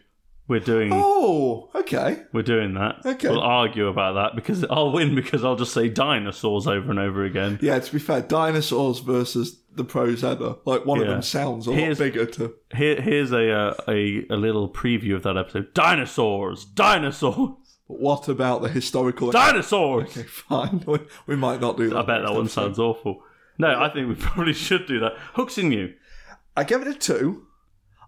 We're doing. Oh, okay. We're doing that. Okay. We'll argue about that because I'll win because I'll just say dinosaurs over and over again. Yeah, to be fair, dinosaurs versus the pros ever. Like one of Yeah. them sounds a Here's- lot bigger to. Here, here's a, uh, a a little preview of that episode. Dinosaurs, dinosaurs, But what about the historical? dinosaurs. okay, fine. We, we might not do that. I bet next that one episode. sounds awful. No, I think we probably should do that. Hooks in you. I give it a two.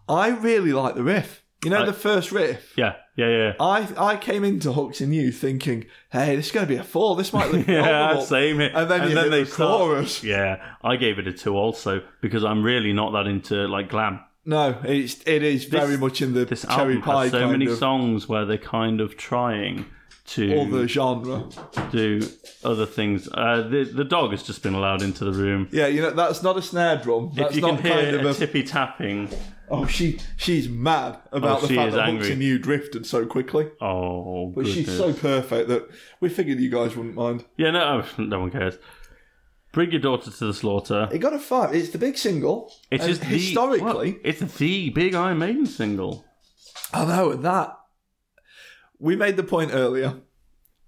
I really like the riff. You know the first riff. Yeah, yeah, yeah. I I came into Hooks and You thinking, hey, this is going to be a four. This might look Yeah, horrible. same here. Oh, And then you hear the start- chorus. Yeah, I gave it a two also because I'm really not that into like glam. No, it's it is very much in the This cherry album pie has so kind many of songs where they're kind of trying to all the genre. do other things. Uh, the the dog has just been allowed into the room. Yeah, you know that's not a snare drum. That's If you can not hear kind of a, a tippy tapping, Oh, she she's mad about Oh, the she fact is that angry. Hooks and you drifted so quickly. oh, But she's goodness. so perfect that we figured you guys wouldn't mind. yeah, no, no one cares. Bring your daughter to the slaughter. It got a five. It's the big single. It's And just historically. the, well, it's the big Iron Maiden single. I know and that. We made the point earlier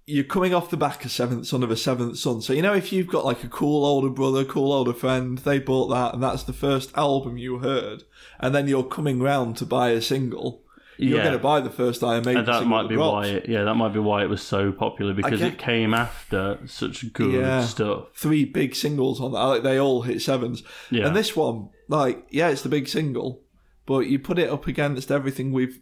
you're coming off the back of seventh son of a seventh son. So you know if you've got like a cool older brother, cool older friend, they bought that, and that's the first album you heard, and then you're coming round to buy a single. You're Yeah. going to buy the first Iron Maiden. And that single might be drops. why it, yeah, that might be why it was so popular because get- it came after such good Yeah. stuff. three big singles on that. Like they all hit sevens. Yeah. And this one, like, yeah, it's the big single, but you put it up against everything we've,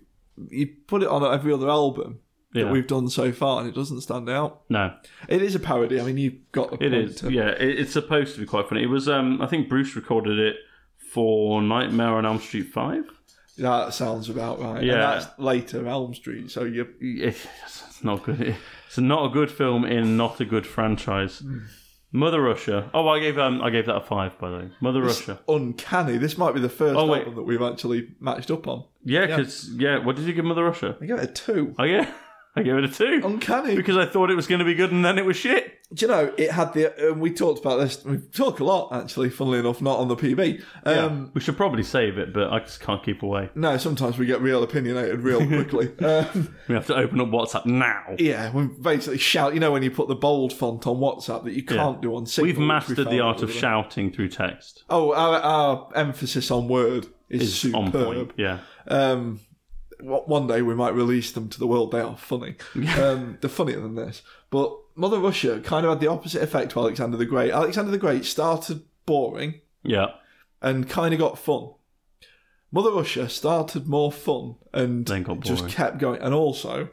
you put it on every other album Yeah. that we've done so far, and it doesn't stand out. No. It is a parody. I mean, you've got the It point is. to- Yeah, it, it's supposed to be quite funny. It was um I think Bruce recorded it for Nightmare on Elm Street 5. That sounds about right. Yeah. And that's later Elm Street. So you, Yes, It's not good. It's not a good film in not a good franchise. Mother Russia. Oh, I gave um I gave that a 5 by the way. Mother Russia. uncanny. This might be the first Oh, wait. album that we've actually matched up on. Yeah, cuz yeah, what did you give Mother Russia? I give it a two. I gave, Oh, I gave it a 2 Uncanny. because I thought it was going to be good and then it was shit. do you know it had the? Um, we talked about this. We talk a lot, actually. Funnily enough, not on the PB. Um, we should probably save it, but I just can't keep away. No, sometimes we get real opinionated real quickly. um, We have to open up WhatsApp now. yeah, we basically shout. You know when you put the bold font on WhatsApp that you can't do on Signal. We've which we mastered found the out art of the other day. shouting through text. Oh, our, our emphasis on word is, It's on superb. point. Yeah. Um, w- one day we might release them to the world. They are funny. um, they're funnier than this. But Mother Russia kind of had the opposite effect to Alexander the Great. Alexander the Great started boring Yeah. and kind of got fun. Mother Russia started more fun and Then got just boring. kept going. And also,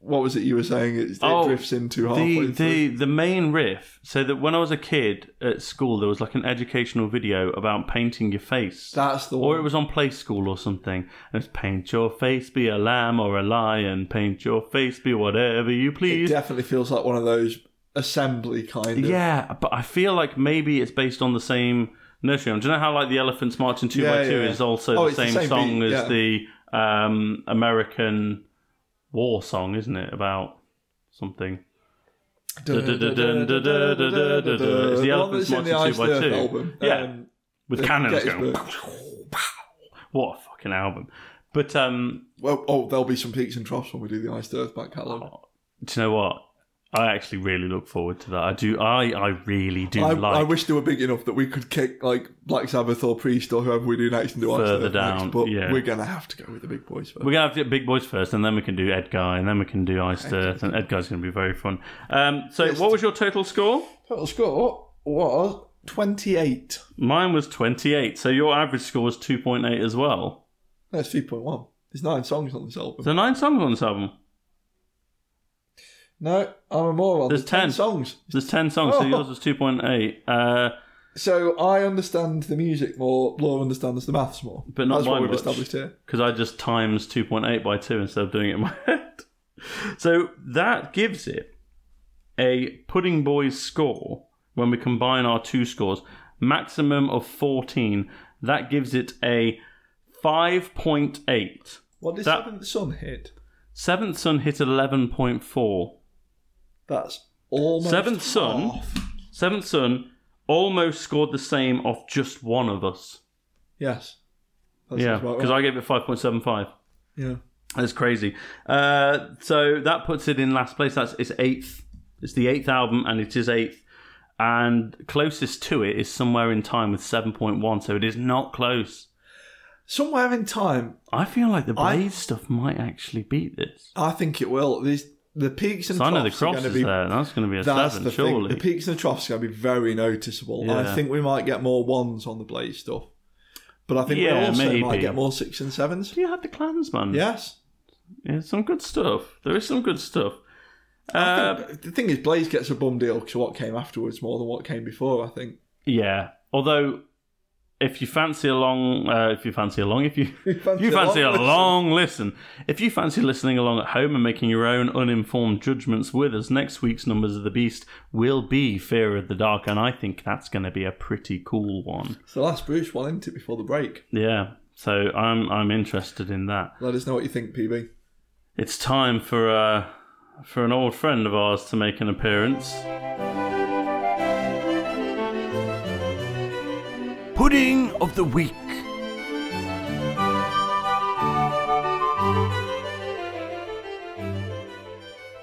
what was it you were saying? It, it Oh, drifts into halfway The, through. the the main riff. So that when I was a kid at school, there was like an educational video about painting your face, That's the or it one. was on Play School or something. And it's paint your face, be a lamb or a lion. Paint your face, be whatever you It please. definitely feels like one of those assembly kind of. Yeah, but I feel like maybe it's based on the same nursery. Do you know how like the Elephants Marching Two Yeah, by Two yeah. is also Oh, the, it's the same same song beat, as the um, American war song, isn't it? About something. Dun, dun, dun, dun, dun, dun, dun, dun, dun, dun. It's the one Elephants that's in Marching the Two Iced by Earth Two. album. Yeah, Um, with the cannons going. Gettysburg. What a fucking album! But um, Well, oh, there'll be some peaks and troughs when we do the Iced Earth back catalogue. Oh, do you know what? I actually really look forward to that. I do. I I really do I, like. I wish they were big enough that we could kick like Black Sabbath or Priest or whoever we do next and do Iced Further Earth next, down, but yeah. we're gonna have to go with the big boys first. We're gonna have to get Big Boys first, and then we can do Ed Guy, and then we can do Iced Earth, and Ed Guy's gonna be very fun. Um, so, what was your total score? Total score was 28. Mine was twenty-eight. So your average score was two point eight as well. That's 3.1. There's nine songs on this album. So nine songs on this album. No, I'm a moron. There's 10. songs. There's ten songs. So Oh. yours was two point eight. Uh, So I understand the music more, Laura understands the maths more. But not That's by what we've much. established here. because I just times 2.8 by 2 instead of doing it in my head. So that gives it a Pudding Boys score when we combine our two scores, maximum of 14. That gives it a 5.8. What did That- Seventh Son hit? Seventh Son hit 11.4. That's almost Seventh Son? half. Seventh Son almost scored the same off just one of us. Yes. That yeah, sounds about because right. I gave it 5.75. Yeah. That's crazy. Uh, so that puts it in last place. That's its eighth. It's the eighth album, and it is eighth. And closest to it is somewhere in time with seven point one. So it is not close. Somewhere in time, I feel like the I- Blade stuff might actually beat this. I think it will. These the peaks and Sign of the troughs are Cross going to is be there. That's going to be a That's seven, the surely. thing. The peaks and the troughs are going to be very noticeable. And Yeah. I think we might get more ones on the Blade stuff, but I think we Yeah, also maybe. Hmm. might get more six and sevens. Do you have the Clansman? Yes. yeah, some good stuff. There is some good stuff. I Uh, think- the thing is, Blaze gets a bum deal because what came afterwards more than what came before. I think. Yeah. Although, if you fancy a long, uh, if you fancy a long, if you, You fancy you a fancy a long long, listen, if you fancy listening along at home and making your own uninformed judgments with us, next week's Numbers of the Beast will be Fear of the Dark, and I think that's going to be a pretty cool one. It's the last Bruce one, isn't it? Before the break. Yeah. So I'm I'm interested in that. Let us know what you think, PB. It's time for uh, for an old friend of ours to make an appearance. Pudding of the week.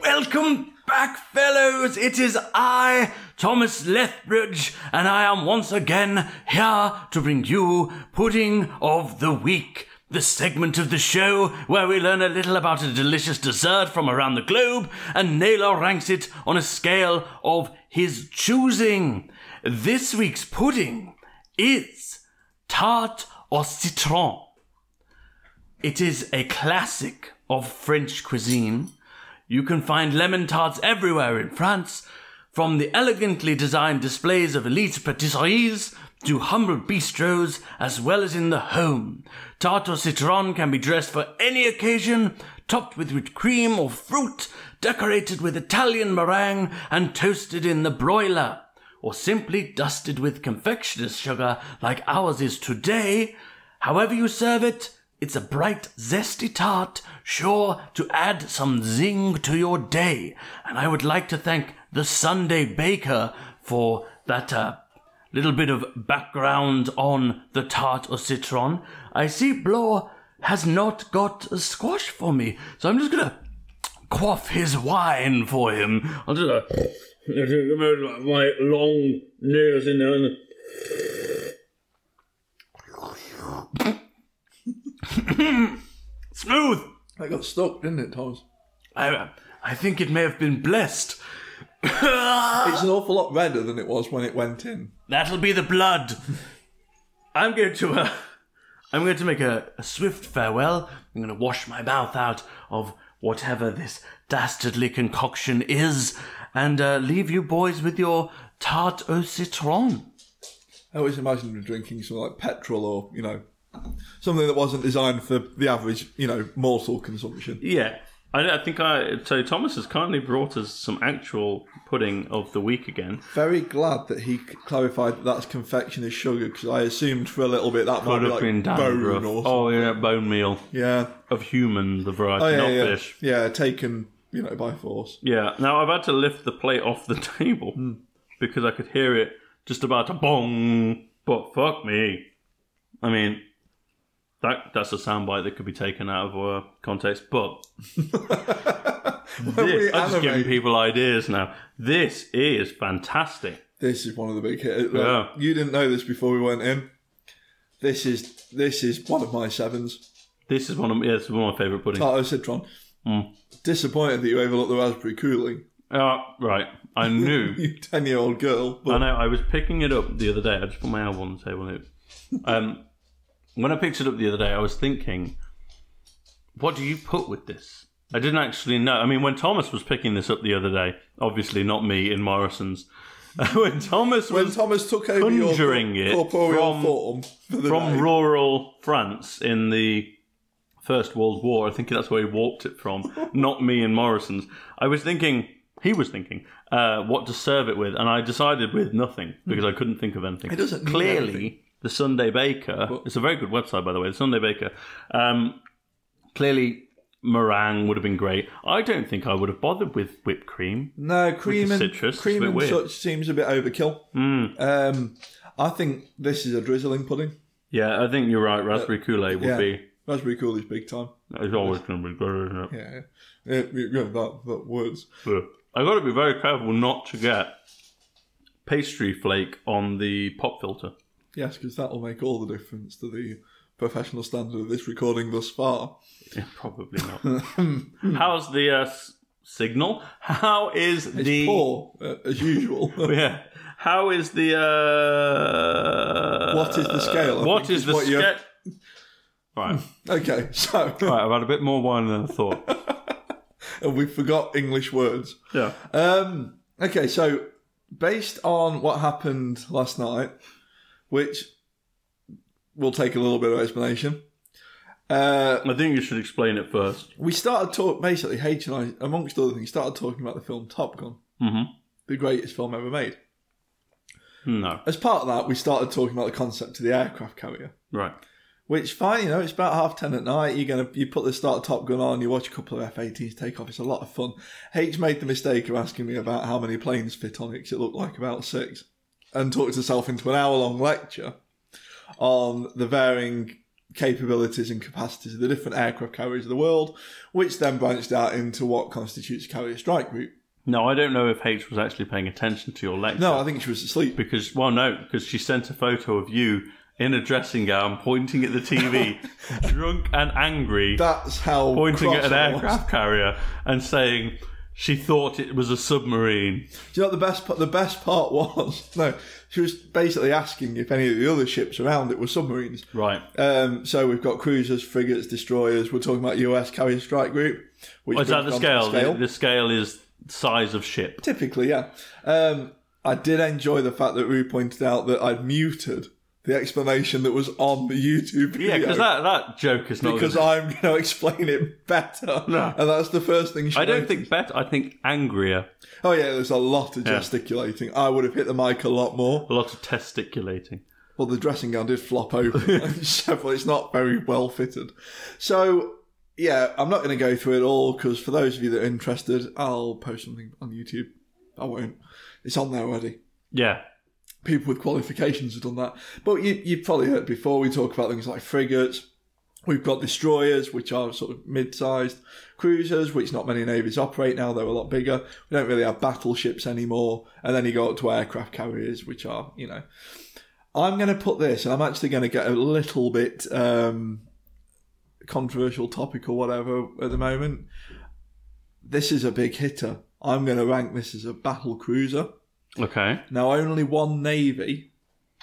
Well, Welcome back, fellows. It is I, Thomas Lethbridge, and I am once again here to bring you Pudding of the Week, the segment of the show where we learn a little about a delicious dessert from around the globe, and Naylor ranks it on a scale of his choosing. This week's pudding is tart au citron. It is a classic of French cuisine. You can find lemon tarts everywhere in France, from the elegantly designed displays of elite patisseries to humble bistros, as well as in the home. Tarte au citron can be dressed for any occasion, topped with whipped cream or fruit, decorated with Italian meringue, and toasted in the broiler, or simply dusted with confectioner's sugar like ours is today. However you serve it, it's a bright, zesty tart, sure to add some zing to your day. And I would like to thank the Sunday Baker for that uh, little bit of background on the tart au citron. I see Blore has not got a squash for me, so I'm just gonna quaff his wine for him. I'll do a, my long nose in there. and- Smooth. That got stuck, didn't it, Thomas? I, I think it may have been blessed. It's an awful lot redder than it was when it went in. That'll be the blood. I'm going to. Uh, I'm going to make a, a swift farewell. I'm going to wash my mouth out of whatever this dastardly concoction is, and uh, leave you boys with your tart au citron. I always imagined them drinking something like petrol or, you know, something that wasn't designed for the average, you know, mortal consumption. Yeah, I, I think I. So Thomas has kindly brought us some actual pudding of the week again. Very glad that he c- clarified that that's confectioner's sugar because I assumed for a little bit that might Could be have like been dandruff. bone or something. Oh yeah, bone meal Yeah. of human, the variety, Oh, yeah, not yeah. fish. Yeah, taken, you know, by force. Yeah. Now I've had to lift the plate off the table Hmm. because I could hear it just about a bong. But fuck me. I mean, that that's a soundbite that could be taken out of uh, context. But this, I'm We just giving animate- people ideas now. This is fantastic. This is one of the big hits. Look, Yeah. You didn't know this before we went in. This is this is one of my sevens. This is one of yeah, this is one of my favorite puddings. Tarto Citron. Hmm. Disappointed that you overlooked the raspberry cooling. Uh, right. I knew. You ten year old girl. I But know. I was picking it up the other day. I just put my elbow on the table. And it, um, when I picked it up the other day, I was thinking, what do you put with this? I didn't actually know. I mean, when Thomas was picking this up the other day, obviously not me in Morrison's. when Thomas when was Thomas took over your conjuring it corporeal from- form for the from day, rural France in the First World War, I think that's where he warped it from, not me in Morrison's. I was thinking, he was thinking, uh, what to serve it with, and I decided with nothing because I couldn't think of anything. It doesn't need clearly anything. the Sunday Baker. it's a very good website, by the way. The Sunday Baker. Um, clearly, meringue would have been great. I don't think I would have bothered with whipped cream. no cream the and citrus, it's a cream bit and weird. Hmm. such seems a bit overkill. Um, I think this is a drizzling pudding. Yeah, I think you're right. Raspberry Kool Aid would yeah, be. raspberry cool is big time. It's always going to be good, isn't it? Yeah, yeah, yeah, yeah, that that words. I got to be very careful not to get pastry flake on the pop filter. Yes, because that will make all the difference to the professional standard of this recording thus far. Yeah, probably not. How's the uh, s- signal? How is It's the poor uh, as usual. yeah? How is the uh, What is the scale? I What think is is the what you're- scale? Right, okay, so right. I've had a bit more wine than I thought. and we forgot English words. Yeah, Um, okay, so based on what happened last night, which will take a little bit of explanation, uh, I think you should explain it first. we started talking, basically, H and I, amongst other things, started talking about the film Top Gun, Mhm. the greatest film ever made. No, As part of that, we started talking about the concept of the aircraft carrier. right. Which fine, you know, it's about half ten at night. You're gonna you put the start of Top Gun on, you watch a couple of F-18s take off. It's a lot of fun. H made the mistake of asking me about how many planes fit on it 'cause it looked like about six, and talked herself into an hour long lecture on the varying capabilities and capacities of the different aircraft carriers of the world, which then branched out into what constitutes a carrier strike group. No, I don't know if H was actually paying attention to your lecture. No, I think she was asleep. because well, no, because she sent a photo of you in a dressing gown, pointing at the TV, drunk and angry, That's how pointing cross at an I was. aircraft carrier, and saying she thought it was a submarine. Do you know what the best part? The best part was no. She was basically asking if any of the other ships around it were submarines. Right. Um, so we've got cruisers, frigates, destroyers. We're talking about U.S. carrier strike group. Which Oh, is that brings the us onto scale? The, the scale is size of ship. Typically, yeah. Um, I did enjoy the fact that Rue pointed out that I'd muted the explanation that was on the YouTube Yeah, video. because that, that joke is not. uh, because I'm going to explain it better. No. And that's the first thing she I don't noticed. think better. I think angrier. Oh, yeah, there's a lot of gesticulating. I would have hit the mic a lot more. A lot of testiculating. Well, the dressing gown did flop over. Several, it's not very well fitted. So, yeah, I'm not going to go through it all because for those of you that are interested, I'll post something on YouTube. I won't. It's on there already. Yeah. people with qualifications have done that. But you, you've probably heard before, we talk about things like frigates. We've got destroyers, which are sort of mid sized cruisers, which not many navies operate now. They're a lot bigger. We don't really have battleships anymore. And then you go up to aircraft carriers, which are, you know. I'm going to put this, and I'm actually going to get a little bit um, controversial topic or whatever at the moment. This is a big hitter. I'm going to rank this as a battle cruiser. Okay. Now, only one navy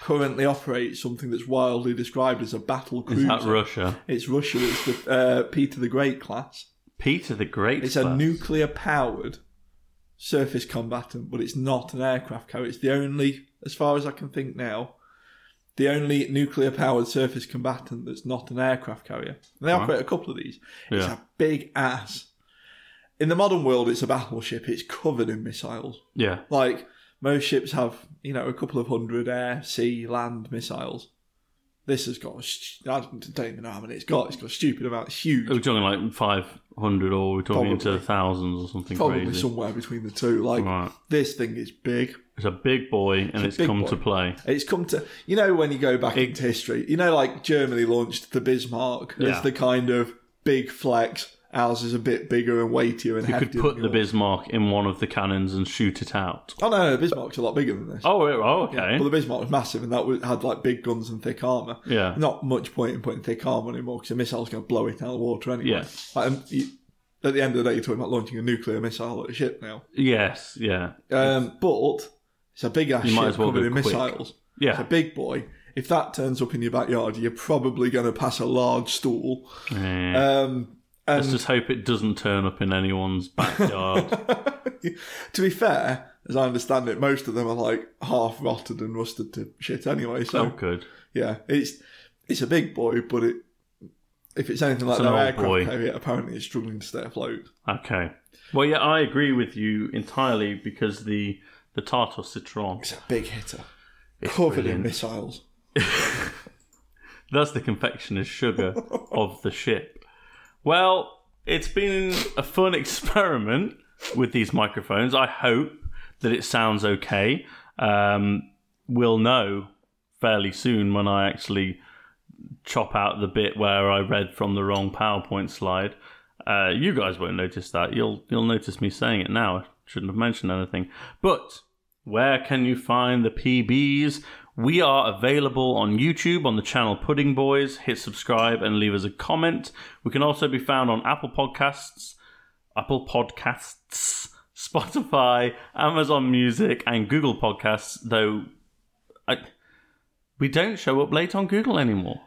currently operates something that's wildly described as a battle Is cruiser. that Russia? it's Russia. It's the uh, Peter the Great class. Peter the Great. It's a class. nuclear-powered surface combatant, but it's not an aircraft carrier. It's the only, as far as I can think now, the only nuclear-powered surface combatant that's not an aircraft carrier. And they operate a couple of these. It's Yeah. a big ass. In the modern world, it's a battleship. It's covered in missiles. Yeah. Like most ships have, you know, a couple of hundred air, sea, land missiles. This has got, a st- I don't even know how many it's got. It's got a stupid amount. It's huge. Are we talking like 500 or are we talking into Probably. the thousands or something Probably crazy? somewhere between the two. Like Right. this thing is big. It's a big boy and it's, big come boy. to play. It's come to, you know, when you go back It- into history, you know, like Germany launched the Bismarck Yeah. as the kind of big flex. Ours is a bit bigger and weightier and You heftier could put than the yours. Bismarck in one of the cannons and shoot it out. Oh no, no, Bismarck's a lot bigger than this. Oh, oh okay. Well, the Bismarck was massive, and that was, had like big guns and thick armor. Yeah. Not much point in putting thick armor anymore because a missile's going to blow it out of the water anyway. Yeah. Like, um, you, at the end of the day, you're talking about launching a nuclear missile at a ship now. Yes, yeah. Um, but it's a big ass You might ship as well covered go in quick. missiles. It's a Yeah. big boy. If that turns up in your backyard, you're probably going to pass a large stool. Eh. Um, Let's just hope it doesn't turn up in anyone's backyard. to be fair, as I understand it, most of them are like half rotted and rusted to shit anyway. So oh, good. Yeah, it's it's a big boy, but it if it's anything like It's an that old aircraft boy. carrier, apparently it's struggling to stay afloat. Okay. Well, yeah, I agree with you entirely because the the Tartar Citroën, It's a big hitter, covered brilliant. in missiles. that's the confectioner's sugar of the ship. Well, it's been a fun experiment with these microphones. I hope that it sounds okay. Um, we'll know fairly soon when I actually chop out the bit where I read from the wrong PowerPoint slide. Uh, you guys won't notice that. You'll you'll notice me saying it now. I shouldn't have mentioned anything. But where can you find the PBs? We are available on YouTube on the channel Pudding Boys. Hit subscribe and leave us a comment. We can also be found on Apple Podcasts, Apple Podcasts, Spotify, Amazon Music, and Google Podcasts. Though, I, we don't show up late on Google anymore.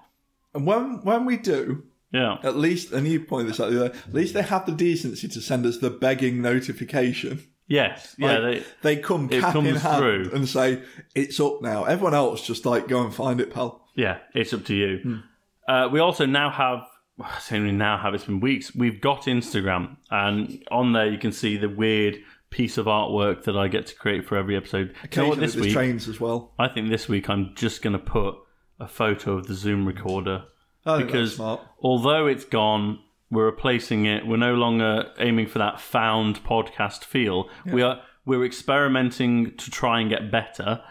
And when when we do, Yeah. at least and you pointed this out the other, day, at least they have the decency to send us the begging notification. Yes. Yeah. Like, they, they come it cap in comes hand through. and say it's up now. Everyone else just like go and find it, pal. yeah. It's up to you. Uh, we also now have. I say we now have. It's been weeks. We've got Instagram, and on there you can see the weird piece of artwork that I get to create for every episode. You know what? Occasionally This there's week, trains as well. I think this week I'm just going to put a photo of the Zoom recorder I think that's because smart. although it's gone, we're replacing it. We're no longer aiming for that found podcast feel. We are we're experimenting to try and get better.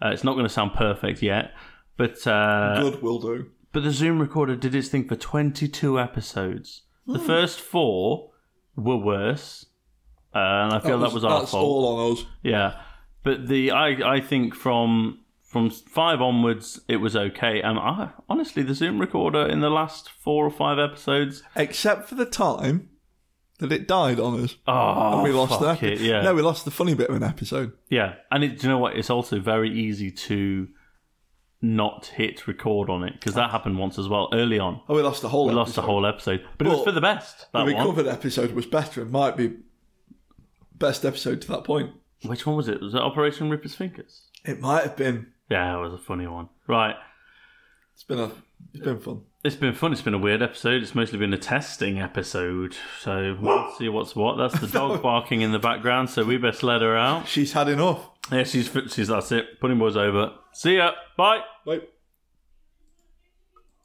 Uh, it's not going to sound perfect yet, but uh, Good will do. But the Zoom recorder did its thing for 22 episodes. The Hmm. first four were worse, uh, and I feel that was, our that's fault. all on us. Yeah, but the I I think from from five onwards it was okay. Um, I honestly the Zoom recorder in the last four or five episodes. Except for the time that it died on us. Oh, we lost fuck that. it. Yeah, No, we lost the funny bit of an episode. yeah, and it, do you know what? It's also very easy to not hit record on it Ah. because that happened once as well early on. Oh, we lost the whole We lost the episode. whole episode, but it was Well, for the best. That The one. recovered episode was better. It might be best episode to that point. Which one was it? Was it Operation Ripper's Fingers? It might have been. Yeah, it was a funny one. Right. It's been a. It's been fun. It's been fun. It's been a weird episode. It's mostly been a testing episode. So we'll see what's what. That's the dog barking in the background. So we best let her out. She's had enough. Yeah, she's, she's that's it. Pudding boys over. See ya. Bye. Like.